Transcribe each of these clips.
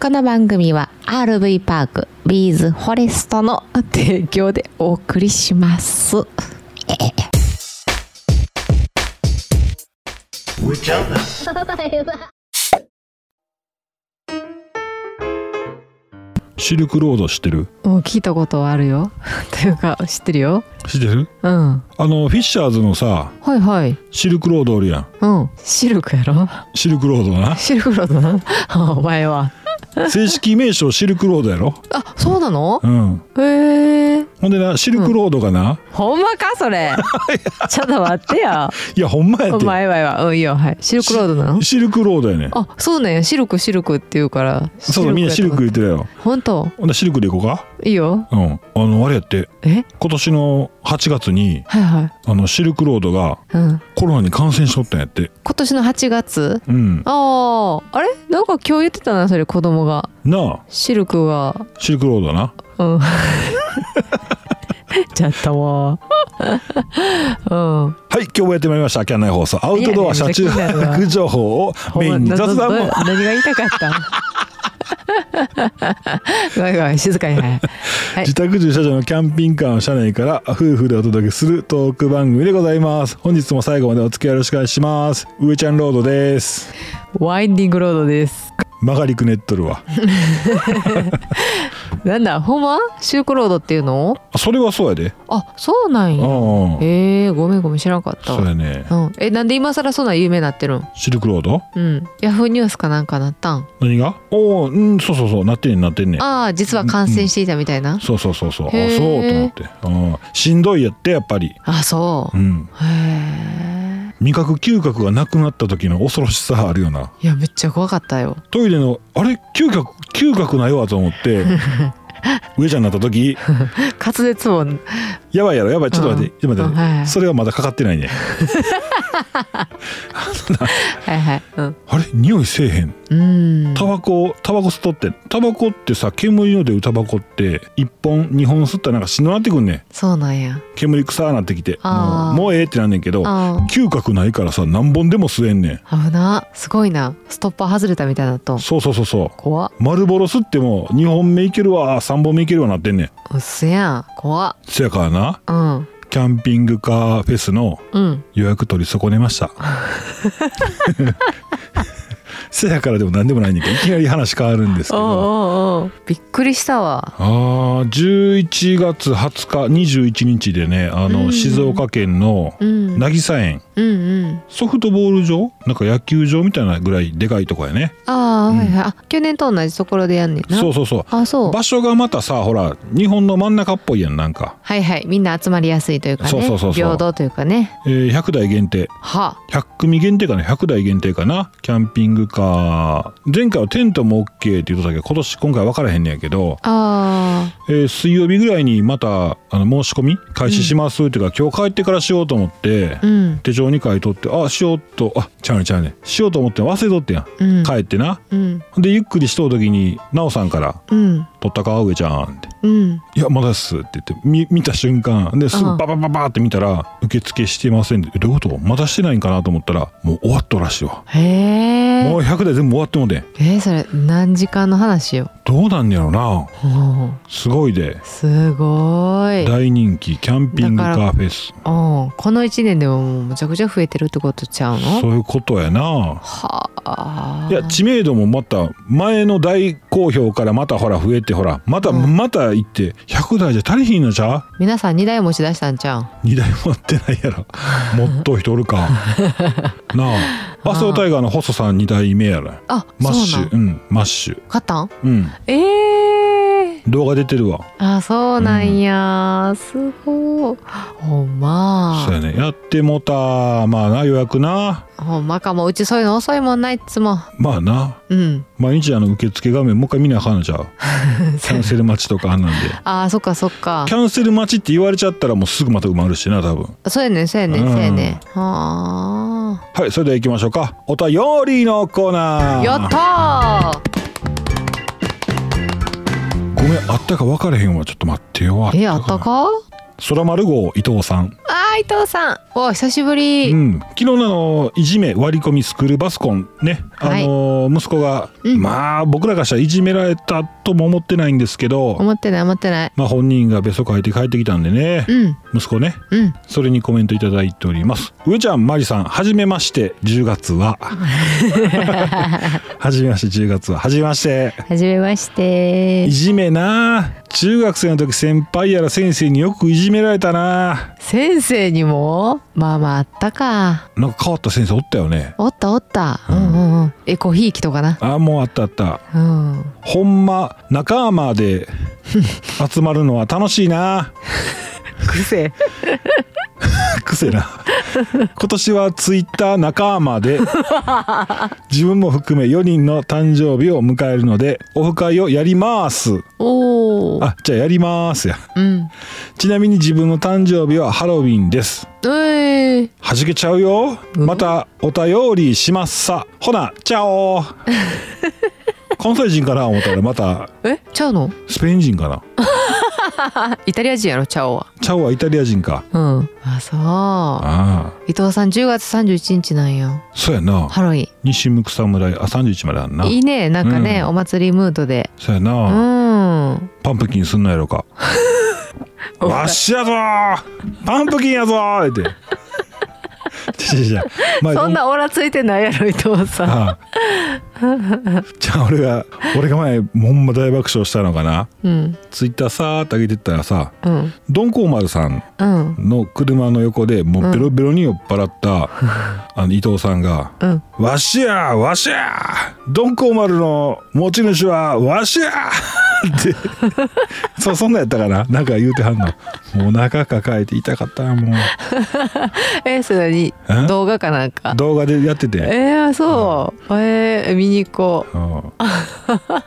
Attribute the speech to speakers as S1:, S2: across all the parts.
S1: この番組は RV パークビーズフォレストの提供でお送りします。
S2: シルクロード知ってる
S1: もう聞いたことはあるよ。 というか知ってるよ。
S2: 知ってる
S1: うん。
S2: あのフィッシャーズのさ
S1: はいはい。
S2: シルクロードおるやん
S1: うん。シルクやろ
S2: シルクロード な
S1: シルクロードな お前は。
S2: 正式名称シルクロードやろ
S1: あ、そうなの
S2: うん
S1: へえ。
S2: ほんでなシルクロードがな、
S1: ほんまかそ れ。ちょっと待ってよ。
S2: いやほんま や
S1: お
S2: って
S1: 前はやわ。うん、いいよ。はい。シルクロードなの
S2: シルクロードやねん
S1: あ、そうなんや。シルクシルクって言うから。
S2: そうだみんなシルク言
S1: や
S2: っ
S1: と
S2: てるや
S1: 思
S2: ろ
S1: った。本当
S2: ほんでシルクでいこうか
S1: いいよ。
S2: うんあのあれやって
S1: え
S2: 今年の8月に
S1: はいはい。
S2: あのシルクロードが
S1: うん。
S2: コロナに感染しとったんやって
S1: 今年の8月
S2: うん
S1: あああれなんか今日言ってたなそれ子供が
S2: なあ
S1: シルクが
S2: シルクロードな
S1: うん ちゃったわうん
S2: はい今日もやってまいりましたキャンナイ放送アウトドア車中
S1: いやいや気になる
S2: 泊
S1: わ
S2: 情報をメインに雑
S1: ど
S2: 談
S1: ど
S2: も
S1: ど何が言いたかったん ごめんごめん静かにはいはい
S2: 自宅駐車場のキャンピングカーの車内から夫婦でお届けするトーク番組でございます本日も最後までお付き合いよろしくお願いします上ちゃんロードです
S1: ワインディングロードです
S2: 曲がりくねっと るわ
S1: なんだほんまシルクロードっていうの
S2: あそれはそうやで
S1: あそうなん
S2: うん
S1: や
S2: うん
S1: ええー、ごめんごめん知らんかった
S2: そうやね
S1: うん、えなんで今更そんな有名になってるん
S2: シルクロード
S1: うんヤフーニュースかなんかなったん
S2: 何がおおうんそうそうそうなってんねんなってんねん
S1: ああ実は感染していたみたいな、
S2: そうそうそうそうあそ
S1: へー
S2: うと思ってうんしんどいやってやっぱり
S1: あそうう、
S2: ん
S1: へえ
S2: 味覚嗅覚がなくなった時の恐ろしさあるよない
S1: やめっちゃ怖かった よ
S2: トイレのあれ嗅覚嗅覚ないわと思って 上ちゃんになった時
S1: 滑舌音
S2: やばいやろやばいちょっと待って、ちょっと待って、
S1: うんはい
S2: それはまだかかってないね
S1: はいはいうん
S2: あれ匂いせえへん
S1: うん
S2: タバコタバコ吸っとってタバコってさ煙の出るタバコって1本2本吸ったらなんかしんどなってくんねん
S1: そうなんや
S2: 煙臭ーなってきて
S1: あー
S2: もうもうええってなんねんけど
S1: あ
S2: 嗅覚ないからさ何本でも吸えんねん
S1: あ危なすごいなストッパー外れたみたいだと
S2: そうそうそうそう
S1: 怖っ
S2: 丸ボロ吸っても2本目いけるわ3本目いけるわなってんねん
S1: うっせやん怖っ
S2: せやからな
S1: うん
S2: キャンピングカーフェスの
S1: うん
S2: 予約取り損ね ましたせやからでも何でもないねんけどいきなり話変わるんですけ
S1: おう
S2: ど
S1: おうおうびっくりしたわ
S2: あー11月20日21日でねあの、
S1: うん
S2: 静岡県の
S1: うん
S2: 渚園
S1: うんうん
S2: ソフトボール場なんか野球場みたいなぐらいでかいとこやね
S1: ああ、
S2: うん
S1: はいはいあ去年と同じところでやんねんな
S2: そうそうそう
S1: あそう
S2: 場所がまたさほら日本の真ん中っぽいやんなんか、
S1: はいはいみんな集まりやすいというかね
S2: そうそうそうそう
S1: 平等というかね
S2: えー100台限定
S1: は
S2: 100組限定かな100台限定かなキャンピングカー前回はテントも OK って言ってたけど今年今回分からへんねんやけど、
S1: ああ
S2: えー水曜日ぐらいにまたあの申し込み開始しますっていうか、今日帰ってからしようと思って、
S1: うん
S2: 手帳に書いとってあしようとあちゃうねんちゃうねんしようと思って忘れとってんやん、
S1: うん
S2: 帰ってな
S1: うん
S2: でゆっくりしとう時に奈緒さんから
S1: うん
S2: 「撮ったか上ちゃん」って
S1: うん
S2: 「いやまだっす」って言ってみ見た瞬間です
S1: う
S2: ぐ
S1: ん
S2: ババババって見たら「受付してません」ってえ「どういうことまだしてないんかな?」と思ったらもう終わっとらしいわ。
S1: へえ
S2: もう100台全部終わってもうてん
S1: えそれ何時間の話よ
S2: どうなんねやろな
S1: おー
S2: すごいです
S1: ごーい
S2: 大人気キャンピングカ
S1: だか
S2: ーフェス
S1: うんこの1年でももうむちゃくちゃ増えてるってことちゃうの
S2: そういうことやな
S1: はあ
S2: いや知名度もまた前の大好評からまたほら増えてほらまた、
S1: うん
S2: また行って100台じゃ足りひんのちゃう
S1: 皆さん2台持ち出したんちゃう
S2: 2台持ってないや ろもっとう人おるかなあバスオタイガーの細さん2台目やろ
S1: あ
S2: マッシ
S1: そうなん
S2: ュうんマッシュ
S1: 買ったん
S2: うん
S1: ええ
S2: 動画出てるわ
S1: あそうなんや、すごいほんま
S2: そうやねやってもたまあな予約な
S1: ほんまかもうちそういうの遅いもんないっつも
S2: まあな
S1: うん
S2: 毎日あの受付画面もう一回見なあかんのちゃ うキャンセル待ちとかあんなんで
S1: あーそっかそっか
S2: キャンセル待ちって言われちゃったらもうすぐまた埋まるしな多分
S1: そうやねんそうやねん
S2: うん
S1: そうやねんは
S2: はいそれでは行きましょうかお便りのコーナ
S1: あ
S2: ー
S1: やった
S2: ごめんあったか分かれへんわちょっと待ってよ
S1: ーえあったか
S2: 空丸号伊藤さん
S1: あー伊藤さんお久しぶ
S2: う
S1: り、
S2: ん、昨日のあのいじめ割り込みスクールバスコンね、
S1: はい
S2: あの息子が、
S1: うん
S2: まあ僕らからしたらいじめられたとも思ってないんですけど、
S1: 思ってない思ってない
S2: まあ、本人がべそ書いて帰ってきたんでね、
S1: うん
S2: 息子ね
S1: うん
S2: それにコメントいただいております上ちゃんまりさんはじめまして10月ははじめまして10月ははじめまして
S1: はじめまし
S2: い
S1: て
S2: じめなあ中学生の時先輩やら先生によくいじめられたなあ
S1: 先生にもまあまああったか
S2: なんか変わった先生おったよね
S1: おったおった、
S2: う
S1: うんん、うんうんえコーヒー機とかな
S2: ああもうあったあった
S1: うん
S2: ほんま仲間で集まるのは楽しいな
S1: 癖
S2: 癖な 今年はツイッター仲間で自分も含め4人の誕生日を迎えるのでオフ会をやります
S1: おお
S2: あじゃあやりますや
S1: うん
S2: ちなみに自分の誕生日はハロウィンです
S1: えー、
S2: はじけちゃうよ
S1: うん
S2: またお便りしますさほなチャオ関西人かな思ったらまた
S1: えちゃうの
S2: スペイン人かな
S1: あイタリア人やろちゃうわ
S2: チャオはイタリア人か
S1: うんあそ
S2: ああ
S1: う伊藤さん10月31日なんよ
S2: そうやな
S1: ハロウィン
S2: 西向草むらいあ31まであんない
S1: いねなんかね、
S2: うん
S1: お祭りムードで
S2: そうや
S1: う
S2: な、
S1: ん
S2: パンプキンすんのやろか わっしやぞーパンプキンやぞーって違う違う違うまあ
S1: そんなオラついてないやろ伊藤さん
S2: ああじゃあ俺が俺が前ほんま大爆笑したのかな
S1: うん
S2: ツイッターさーって上げてったらさ
S1: うん
S2: ドンコウマルさん
S1: うん
S2: の車の横でもうベロベロに酔っ払った、あの伊藤さんが
S1: うん
S2: 「わしやわしやドンコウマルの持ち主はわしや!」 ってそうそんなんやったかななんか言うてはんのもうお腹抱えて痛かったなもう
S1: えそれに
S2: え
S1: 動画かなんか
S2: 動画でやって
S1: え
S2: て、
S1: ー、そう、えー、見に行こ
S2: うん、
S1: う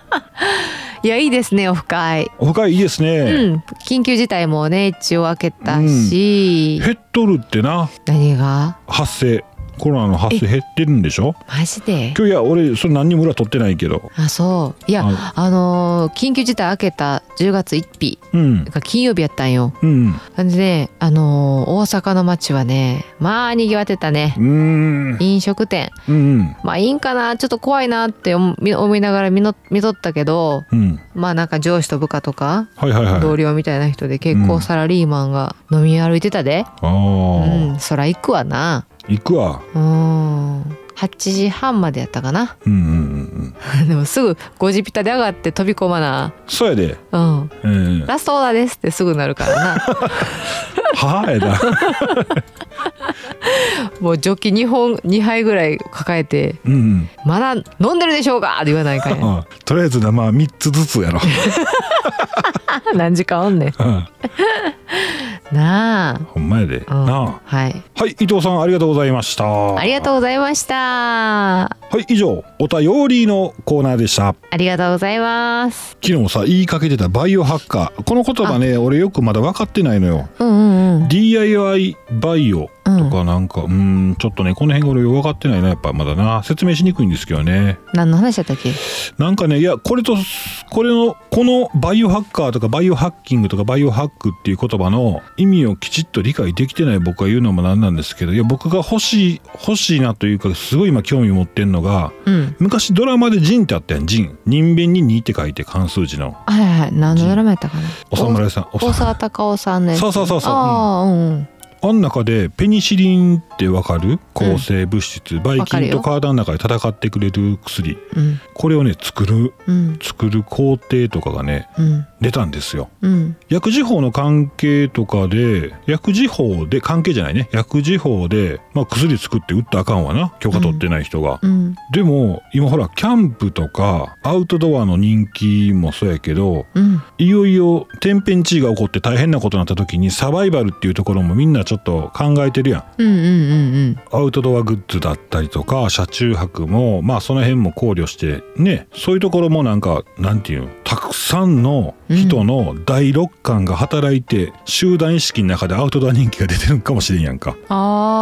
S1: いやいいですねオフ会
S2: 他いいです
S1: う
S2: ね、
S1: ん緊急事態もね一応開けたし、
S2: 減っとるってな
S1: 何が
S2: 発生コロナの発生減ってるんでしょ
S1: マジで
S2: 今日いや俺それ何にも裏取ってないけど
S1: あそういや
S2: あ
S1: あのー緊急事態開けた10月1日
S2: うん
S1: が金曜日やったんよ
S2: うん
S1: なんでねあのー大阪の街はねまあにぎわってたね
S2: うーん
S1: 飲食店
S2: うんうん
S1: まあいいんかなちょっと怖いなって思い思いながら見の見とったけど
S2: うん
S1: まあなんか上司と部下とか
S2: はいはいはい
S1: 同僚みたいな人で結
S2: うん
S1: 構サラリーマンが飲み歩いてたで、
S2: あ
S1: う
S2: ー、
S1: ん、そら行くわな
S2: 行くわ
S1: うん8時半までやったかな
S2: うんうんうんうん
S1: でもすぐ5時ピタで上がって飛び込まな
S2: そうやで、
S1: うん
S2: え え
S1: ラストオーダーですってすぐなるからな
S2: 母やだ
S1: もうジョッキ2本2杯ぐらい抱えて
S2: うん うん
S1: 「まだ飲んでるでしょうか!」って言わないか ら
S2: あとりあえずなまあ3つずつ やろ
S1: 何時間おんね
S2: うん
S1: んなあ
S2: ほんまやで、
S1: うん
S2: な
S1: はい
S2: あはい伊藤さんありがとうございました
S1: ありがとうございましたあ
S2: はい以上お便りのコーナーでした
S1: りがとうございます
S2: 昨日さ言いかけてたバイオハッカーこの言葉ね俺よくまだ分かってないのよ
S1: うんうんうん
S2: DIY バイオとかなんかうーんちょっとねこの辺が俺分かってないなやっぱまだな説明しにくいんですけどね
S1: 何の話だったっけ
S2: なんかねいやこれとこれのこのバイオハッカーとかバイオハッキングとかバイオハックっていう言葉の意味をきちっと理解できてない僕が言うのもなんなんですけどいや僕が欲しい欲しいなというかすごい今興味持ってんのが
S1: うん
S2: 昔ドラマで「人」ってあったやん「人」人間に「2」って書いて漢数字の
S1: はいはい何のドラマやったかな
S2: お侍さんお
S1: 大
S2: 侍
S1: 沢たかおさんのやつ
S2: そうそうそうそう
S1: ああうんうん
S2: あん中でペニシリンってわかる抗生物質、ばい
S1: わか
S2: 菌
S1: る
S2: と
S1: よ
S2: 体の中で戦ってくれる薬
S1: うん
S2: これをね作る
S1: うん
S2: 作る工程とかがね
S1: うん
S2: 出たんですよ
S1: うん
S2: 薬事法の関係とかで薬事法で関係じゃないね薬事法で、まあ、薬作って打ったらあかんわな許可取ってない人が、
S1: うん
S2: でも今ほらキャンプとかアウトドアの人気もそうやけど
S1: うん
S2: いよいよ天変地異が起こって大変なことになった時にサバイバルっていうところもみんなちょっと考えてるやん
S1: うんうんうんうん
S2: アウトドアグッズだったりとか車中泊もまあその辺も考慮してねそういうところもなんかなんていうのたくさんの人の第六感が働いて、集団意識の中でアウトドア人気が出てるんかもしれんやんか、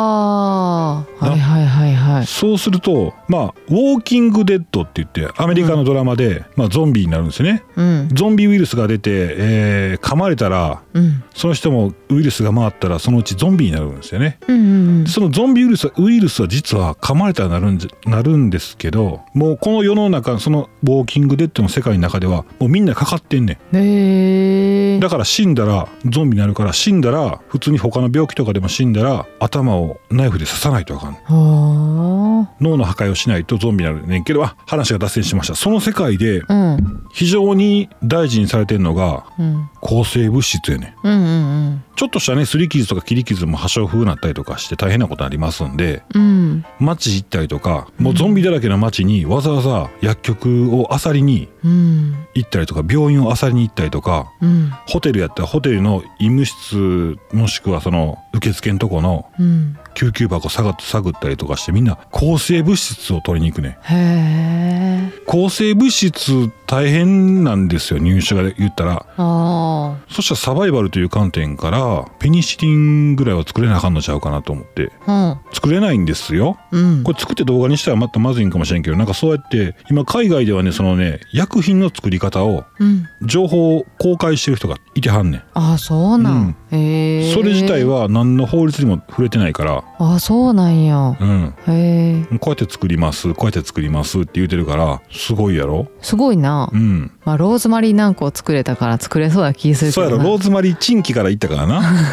S1: ああはいはいはいはい
S2: そうするとまあウォーキングデッドって言ってアメリカのドラマで、まあ、ゾンビになるんですよね
S1: うん
S2: ゾンビウイルスが出て、えー噛まれたら
S1: うん
S2: その人もウイルスが回ったらそのうちゾンビになるんですよね。
S1: うんうんうん
S2: そのゾンビウイルスはウイルスは実は噛まれたらなるんじゃなるんですけどもうこの世の中その「ウォーキング・デッド」の世界の中ではもうみんなかかってんね
S1: へ
S2: ん
S1: え
S2: だから死んだらゾンビになるから死んだら普通に他の病気とかでも死んだら頭をナイフで刺さないとあかん
S1: は
S2: 脳の破壊をしないとゾンビになるねんけどあ話が脱線しましたその世界で
S1: あうん
S2: 非常に大事にされてるのが
S1: うん
S2: 抗生物質やねん
S1: うんうん
S2: ちょっとしたねすり傷とか切り傷も破傷風になったりとかして大変なことありますんで
S1: うんうん
S2: 街行ったりとかもうゾンビだらけの街にわざわざ薬局を漁りに
S1: うん
S2: 行ったりとか病院を漁りに行ったりとか
S1: うん
S2: ホテルやったらホテルの医務室もしくはその受付のとこの
S1: うん
S2: 救急箱探っ探ったりとかしてみんな抗生物質を取りに行くね
S1: へえ
S2: 抗生物質大変なんですよ入手が言ったら
S1: あ
S2: そしたらサバイバルという観点からペニシリンぐらいは作れなあかんのちゃうかなと思って
S1: あ
S2: 作れないんですよ
S1: うんうん
S2: これ作って動画にしたらまたまずいんかもしれんけどなんかそうやって今海外ではねそのね薬品の作り方を
S1: うん
S2: 情報を公開してる人がいてはんねん、
S1: ああそうなんへえ
S2: それ自体は何の法律にも触れてないから、
S1: ああそうなんや
S2: うん、
S1: へえ
S2: こうやって作りますこうやって作りますって言うてるからすごいやろ
S1: すごいな
S2: うん
S1: まあローズマリー何個を作れたから作れそうな気するけ
S2: そう
S1: ど
S2: や
S1: な
S2: ろローズマリーチンキから行ったからな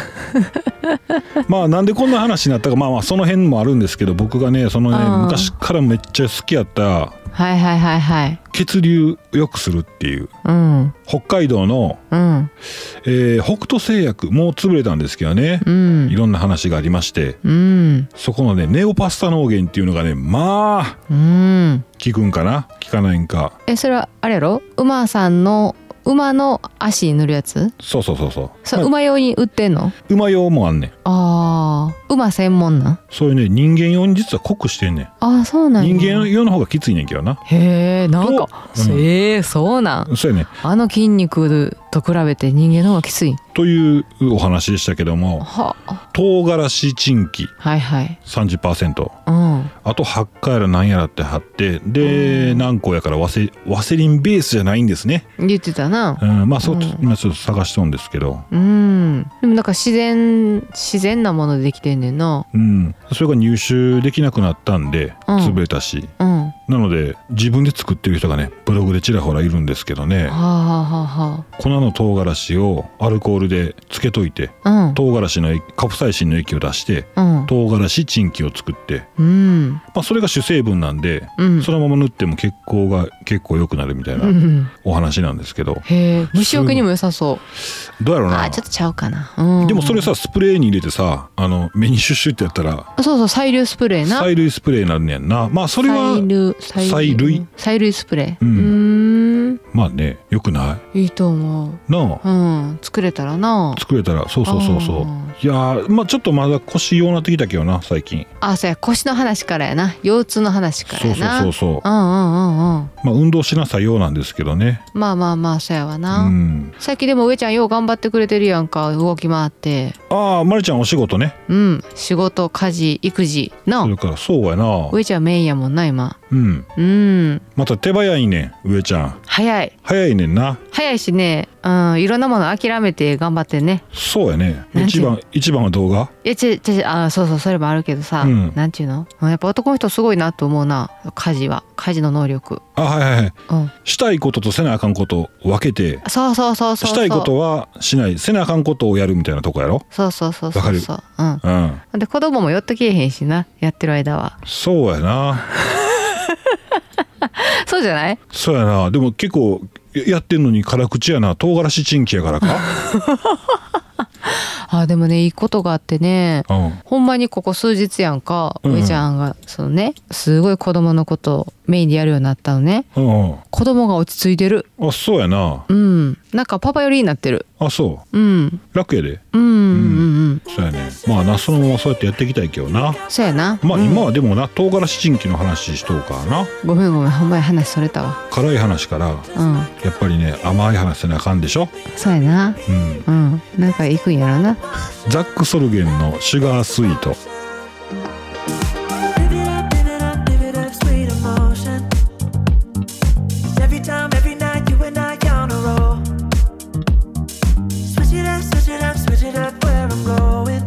S2: まあなんでこんな話になったかまあまあその辺もあるんですけど僕がねその
S1: あー
S2: ね昔からめっちゃ好きやった
S1: はいはいはいはい
S2: 血流良くするっていう
S1: うん
S2: 北海道の、
S1: うん
S2: えー北斗製薬もう潰れたんですけどね
S1: う
S2: い
S1: ん
S2: ろんな話がありまして
S1: うん
S2: そこのねネオパスタ農源っていうのがねまあ
S1: うん
S2: 効くんかな効かないんか
S1: えそれはあれやろ馬さんの馬の足に塗るやつ
S2: そうそうそうそう
S1: それ
S2: まあ
S1: 馬用に売ってんの
S2: 馬用もあんねん
S1: ああ馬専門なん
S2: そういうね人間用に実は濃くしてんねん
S1: あーそうなんや
S2: 人間用の方がきついねんけどな
S1: へえなんか、
S2: とうん
S1: えー、そうなん
S2: そうやね
S1: あの筋肉と比べて人間の方がきつい
S2: というお話でしたけども
S1: はあ
S2: 唐辛子チンキ
S1: はいはい
S2: 30%
S1: うん
S2: あと8回やらなんやらって貼ってで何個やからワセワセリンベースじゃないんですね、
S1: 言ってたな
S2: うん、まあそ
S1: うん
S2: う、今ちょっと探しとんですけど、
S1: うんでもなんか自然自然なものでできてんねんな
S2: うん、それが入手できなくなったんで
S1: うん
S2: 潰れたし、
S1: うんは
S2: なので自分で作ってる人がねブログでちらほらいるんですけど
S1: あ
S2: ね
S1: はあは
S2: 粉の唐辛子をアルコールでつけといて
S1: あはあ
S2: 唐辛子の液カプサイシンの液を出して
S1: うん
S2: 唐辛子チンキを作って、
S1: うん
S2: まあ、それが主成分なんで
S1: うん
S2: そのまま塗っても血行が結構良くなるみたい
S1: うんう
S2: なんお話なんですけど、
S1: へえ虫除けにも良さそう
S2: どうやろう
S1: あ
S2: な
S1: ーちょっとちゃうかな、うん、
S2: でもそれさスプレーに入れてさあの目にシュッシュってやったら
S1: あそうそう催涙スプレーな
S2: 催涙スプレーになるねやんなまあそれは
S1: 催涙
S2: 催涙
S1: 催涙スプレー
S2: う
S1: うんーん
S2: まあねよくない
S1: いいと思
S2: な
S1: ううん作れたらな
S2: あ作れたらそうそうそうそう
S1: あ
S2: いやーまあちょっとまだ腰ようなってきたけどな最近
S1: あそうや腰の話からやな腰痛の話から
S2: そう
S1: や
S2: そう
S1: な
S2: そうそう
S1: うんうんうんうん
S2: まあ運動しなさいようなんですけどね
S1: まあまあまあそうやわ
S2: う
S1: な、
S2: ん
S1: さっきでも上ちゃんよう頑張ってくれてるやんか動き回って
S2: ああまりちゃんお仕事ね
S1: うん仕事家事育児
S2: そ
S1: な
S2: れからそうやな
S1: 上ちゃんメインやもんな今
S2: うん
S1: うん
S2: また手早いねん上ちゃん
S1: 早い
S2: 早いねんな
S1: 早いしねうんいろんなもの諦めて頑張ってね
S2: そうやね
S1: なんて
S2: 一番一番は動画
S1: いやちちあそうそうそれもあるけどさ、
S2: うん
S1: なんていうのうんやっぱ男の人すごいなと思うな家事は家事の能力
S2: あはいはいはい
S1: うん
S2: したいこととせなあかんことを分けて
S1: そうそうそうそうそう
S2: したいことはしないせなあかんことをやるみたいなとこやろ
S1: そうそうそう
S2: わか
S1: そう
S2: る
S1: そううん
S2: うん
S1: ほんで子供も寄っとけえへんしなやってる間は
S2: そうやな
S1: そうじゃない
S2: そうやなでも結構ややってんのに辛口やな唐辛子チンキやからか
S1: あでもねいいことがあってね
S2: うん
S1: ほんまにここ数日やんか、
S2: うんうん
S1: 上ちゃんがそのねすごい子供のことをメインでやるようになったのね
S2: うんうん
S1: 子供が落ち着いてる
S2: あそうやな
S1: うんなんかパパ寄りになってる
S2: あそ
S1: うん
S2: う楽やで
S1: うんうんうん
S2: そうやねまあなそのままそうやってやっていきたいけどな
S1: そうやな
S2: まあ
S1: うん
S2: 今はでもな唐辛子チンキの話しとうからな
S1: ごめんごめんほんまに話それたわ
S2: 辛い話から
S1: うん
S2: やっぱりね甘い話せなあかんでしょ
S1: そうやな
S2: うん
S1: うんなんか行くんやろな
S2: ザック・ソルゲンの「シュガースイート」
S3: Live it up, live it up, live it up, sweet emotion. Every time, every night, you and I on a roll. Switch it up, switch it up, switch it up, where I'm going.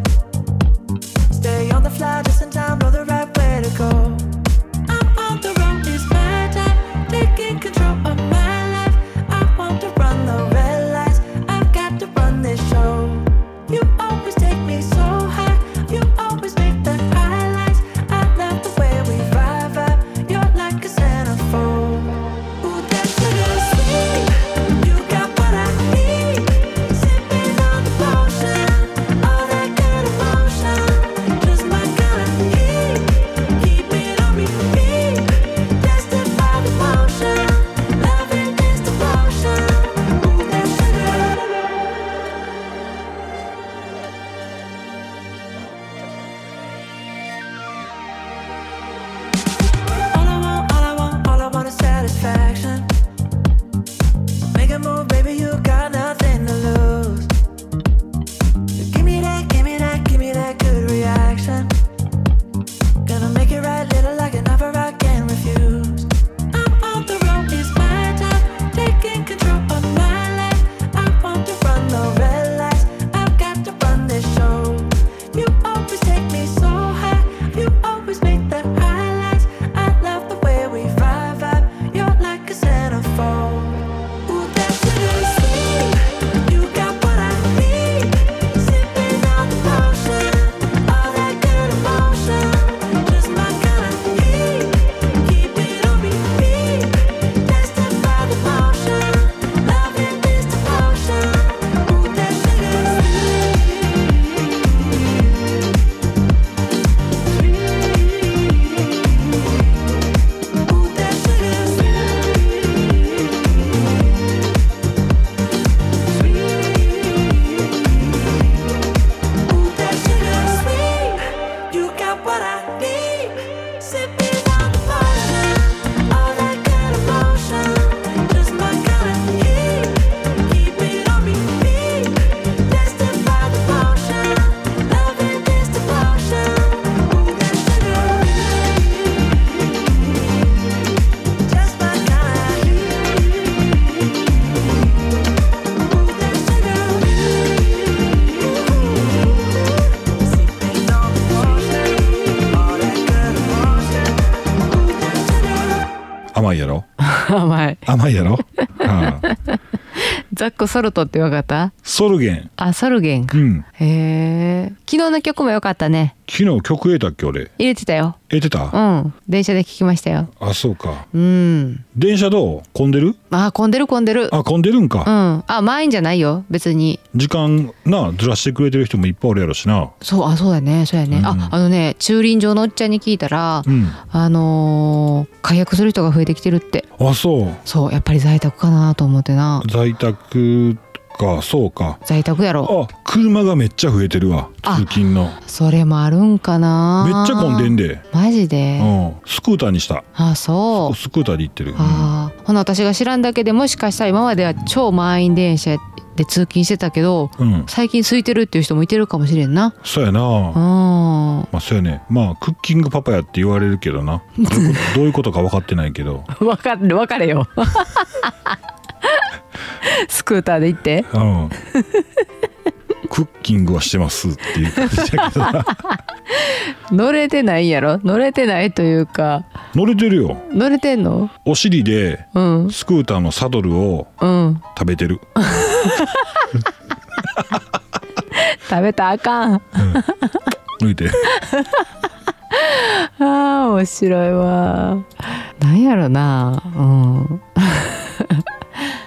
S2: 甘い やろ、うん、
S1: ザックソルトって分かった
S2: ソルゲン
S1: あソルゲンか
S2: うん
S1: へえ昨日の曲も良かったね
S2: 昨日曲得たっけ俺
S1: 入れてたよ
S2: 得てた
S1: うん電車で聞きましたよ
S2: あそうか
S1: うん
S2: 電車どう混んでる
S1: あ混んでる混んでる
S2: あ混んでるん
S1: う
S2: か、
S1: んあ満員じゃないよ別に
S2: 時間なずらしてくれてる人もいっぱいおるやろしな
S1: そうあそうだねそうやね、
S2: うん
S1: ああのね駐輪場のおっちゃんに聞いたら、
S2: うん
S1: あのー解約する人が増えてきてるって
S2: あそう
S1: そうやっぱり在宅かなと思ってな
S2: 在宅かそうか
S1: 在宅やろ
S2: あ車がめっちゃ増えてるわ
S1: あ
S2: 通勤の
S1: それもあるんかな
S2: めっちゃ混んでんで、
S1: マジ
S2: う
S1: で、
S2: ん、スクーターにした
S1: あそう
S2: スクーターで行ってる、うん
S1: ああほな私が知らんだけでもしかしたら今までは超満員電車で通勤してたけど
S2: うん、
S1: 最近空いてるっていう人もいてるかもしれんな
S2: そうやな
S1: うんわ
S2: まあそうやねまあクッキングパパやって言われるけどなどういうことどういうことか分かってないけど、
S1: かるわかれよ スクーターで行って
S2: うん、クッキングはしてますっていう感じだけどな
S1: 乗れてないんやろ乗れてないというか
S2: 乗れてるよ
S1: 乗れてんの
S2: お尻で
S1: うん
S2: スクーターのサドルを
S1: うん
S2: 食べてる
S1: 食べたらあかんあ
S2: 抜いて
S1: ー面白いわなんやろなうん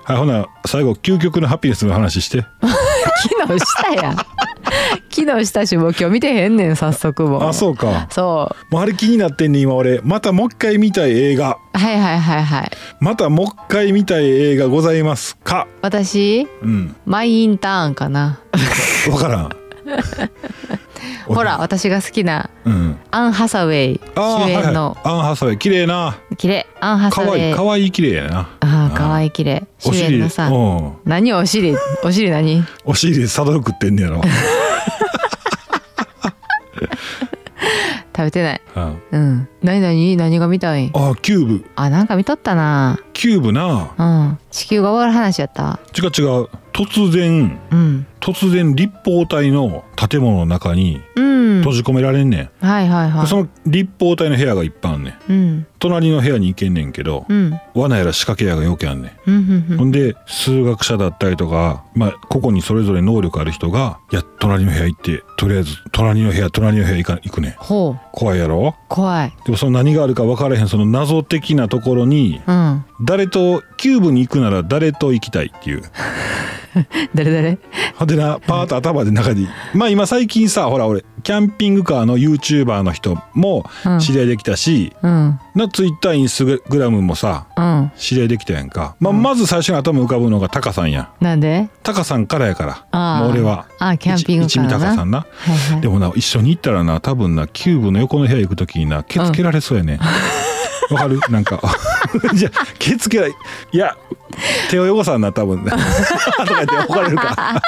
S2: はいほな最後究極のハピネスの話して
S1: 昨日した やん昨日したしもう今日見てへんねん早速も
S2: あそうか
S1: そう
S2: もうあれ気になってんねん今俺またもう一回見たい映画
S1: はいはいはいはい
S2: またもう一回見たい映画ございますか
S1: 私
S2: うん
S1: マイインターンか な
S2: 分からん
S1: ほら私が好きな
S2: うん
S1: アン・ハサウェイ
S2: あー
S1: 主演の
S2: はいはい、アンハサウェイ綺麗な
S1: 綺麗アン・ハサウ
S2: 可愛
S1: ェ
S2: い
S1: イ
S2: 可愛い綺麗やな
S1: ああ可愛い綺麗主
S2: お尻
S1: 演のさ
S2: うん
S1: 何お尻お尻何
S2: お尻でサドル食ってんね やろ、
S1: 食べてない
S2: うん、あ
S1: うん何何何が見たい
S2: ーキューブ
S1: あなんか見とったな
S2: キューブな
S1: うん地球が終わる話やった
S2: 違う違う突然
S1: うん
S2: 突然立方体の建物の中に
S1: うん
S2: 閉じ込められんねん、
S1: はいはいはい
S2: その立方体の部屋がいっぱいあんねん
S1: うん
S2: 隣の部屋に行けんねんけど、
S1: うん
S2: 罠やら仕掛けやがよけあんねん
S1: うんうんう
S2: ほ
S1: ん
S2: んで数学者だったりとか、まあ、個々にそれぞれ能力ある人が「いや隣の部屋行ってとりあえず隣の部屋隣の部屋行か行くねん
S1: ほう
S2: 怖いやろ
S1: 怖い
S2: でもその何があるか分からへんその謎的なところに
S1: うん
S2: 誰とキューブに行くなら誰と行きたいって いう
S1: 誰誰
S2: ほんでなパーッと頭で中にまあ今最近さほら俺キャンピングカーの YouTuber の人も
S1: うん
S2: 知り合いできたし、
S1: うん
S2: な Twitter インスタグラムもさ
S1: うん
S2: 知り合いできたやんか、まあ、まず最初に頭浮かぶのがタカさんやん
S1: なんで
S2: タカさんからやから
S1: あー
S2: もう俺は
S1: あーキャンピングカー
S2: 一一味
S1: な
S2: タカさんな
S1: はいはい
S2: でもな一緒に行ったらな多分なキューブの横の部屋行く時になケツけられそうやねんわ、かるなん かじゃあケツけらいや手を汚さんな多分とか言って怒られるか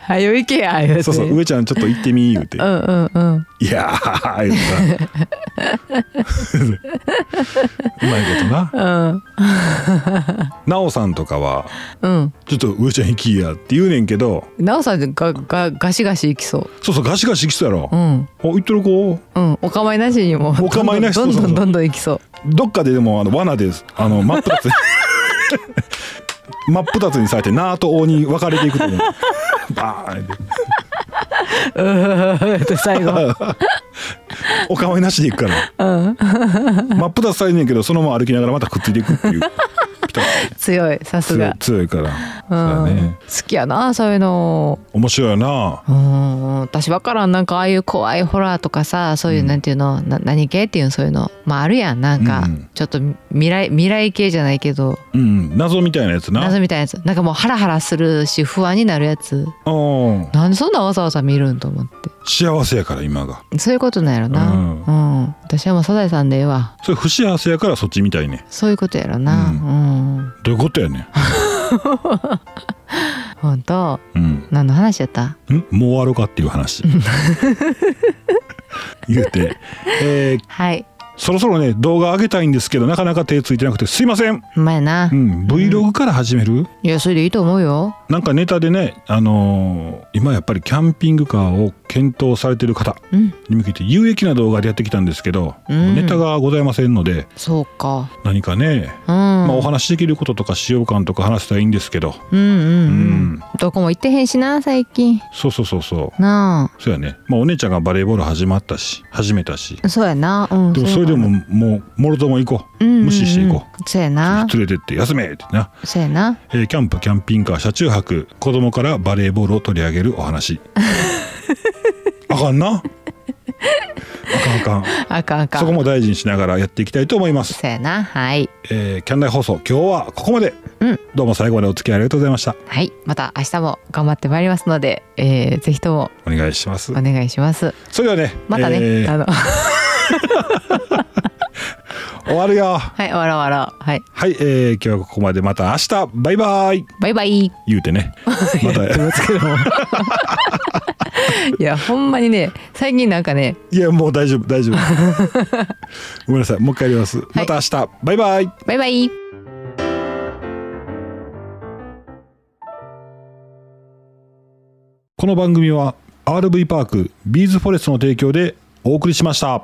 S1: はよ行けや言て
S2: そうそう上ちゃんちょっと行ってみ言うて
S1: うんうんうん
S2: いやー言うたうまいことな
S1: うん
S2: なおさんとかは
S1: うん
S2: ちょっと上ちゃん行きやって言うねんけど
S1: なおさんががガシガシ行きそう
S2: そうそうガシガシ行きそうやろ、
S1: う
S2: あ
S1: ん
S2: 行ってる子
S1: うんお構いなしにも
S2: お構いなし
S1: どんどん
S2: そう
S1: どん
S2: そうそう
S1: どんどん行きそう
S2: どっかででもあの罠ですあの真っ二つ 真っ二つにされてなーと王に分かれていくと思うバーンって
S1: うー って最後
S2: お構いなしでいくから、真っ二つされんねんけどそのまま歩きながらまたくっついていくって いうピタッ
S1: 強いさす
S2: 強い
S1: が
S2: 強いから、
S1: うん
S2: そうだね
S1: 好きやなそういうの
S2: 面白いな
S1: うん私わからんなんかああいう怖いホラーとかさそういうなんていうの、な何系っていうのそういうのまああるやんなんか、
S2: うん
S1: ちょっと未来未来系じゃないけど
S2: うん謎みたいなやつな
S1: 謎みたいなやつなんかもうハラハラするし不安になるやつ
S2: うん
S1: なんでそんなわざわざ見るんと思って
S2: 幸せやから今が
S1: そういうことなんやろな。
S2: う
S1: うんん、私はもうサザエさんでええわ。
S2: それ不幸せやからそっちみたいね
S1: そういうことやろな。
S2: う
S1: うん。
S2: どういうことやね
S1: 本当。
S2: ん、うん
S1: 何の話やった。
S2: んもう終わろうかってい う話言うて、えー
S1: はい。
S2: そろそろね動画上げたいんですけどなかなか手ついてなくてすいません、
S1: うまいな
S2: う。ん、Vlog から始める、
S1: いや、それでいいと思うよ。
S2: なんかネタでね、あのー今やっぱりキャンピングカーを検討されてる方
S1: うん
S2: に向けて有益な動画でやってきたんですけど、
S1: うん
S2: ネタがございませんので
S1: そうか
S2: 何かね、
S1: うん、
S2: まあ、お話しできることとか使用感とか話せたらいいんですけど
S1: うんうん、うん
S2: うん、
S1: どこも行ってへんしな最近
S2: そうそうそうそう
S1: な
S2: そうやね、まあ、お姉ちゃんがバレーボール始まったし始めたし
S1: あそうやな、うん、
S2: でもそれでももうもろとも行こう、
S1: うんうんうん
S2: 無視して行こ
S1: そうや
S2: う
S1: な
S2: 連れてって休めってな、
S1: そうやな
S2: えーキャンプキャンピングカー車中泊子供からバレーボールを取り上げる お話あかんなあかんあかん
S1: あかんあかん
S2: そこも大事にしながらやっていきたいと思います、
S1: そうやなはい
S2: えーキャンナイ放送今日はここまで、
S1: うん
S2: どうも最後までお付き合いありがとうございました
S1: はいまた明日も頑張ってまいりますので、えー、ぜひとも
S2: お願いします
S1: お願いします
S2: それではね
S1: またね、
S2: え
S1: あ
S2: ー
S1: のは
S2: 終わるよ
S1: いわらわらはい
S2: はい、えー今日はここまでまた明日バイバイ
S1: バイバイ
S2: 言う てねまた
S1: いやほんまにね最近なんかね
S2: いやもう大丈夫大丈夫ごめんなさいもう一回やります、また明日バイバイ
S1: バイバイ
S2: この番組は RV パークビーズフォレストの提供でお送りしました